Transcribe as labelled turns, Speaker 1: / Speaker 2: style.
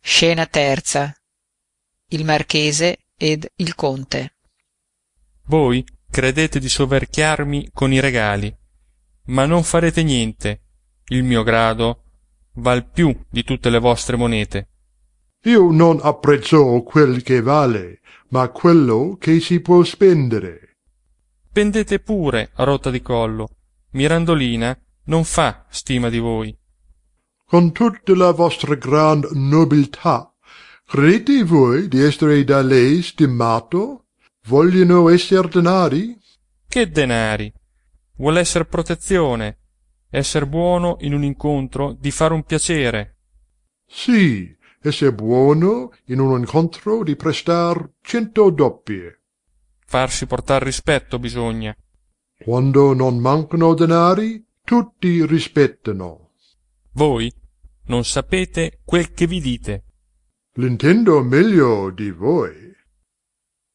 Speaker 1: scena terza il marchese ed il conte
Speaker 2: voi credete di soverchiarmi con i regali ma non farete niente il mio grado val più di tutte le vostre monete
Speaker 3: io non apprezzo quel che vale ma quello che si può spendere
Speaker 2: pendete pure a rotta di collo mirandolina non fa stima di voi
Speaker 3: con tutta la vostra gran nobiltà credete voi di essere da lei stimato vogliono esser denari
Speaker 2: che denari vuol esser protezione esser buono in un incontro di fare un piacere
Speaker 3: sì esser buono in un incontro di prestar cento doppie
Speaker 2: farsi portar rispetto bisogna
Speaker 3: quando non mancano denari tutti rispettano
Speaker 2: voi non sapete quel che vi dite
Speaker 3: l'intendo meglio di voi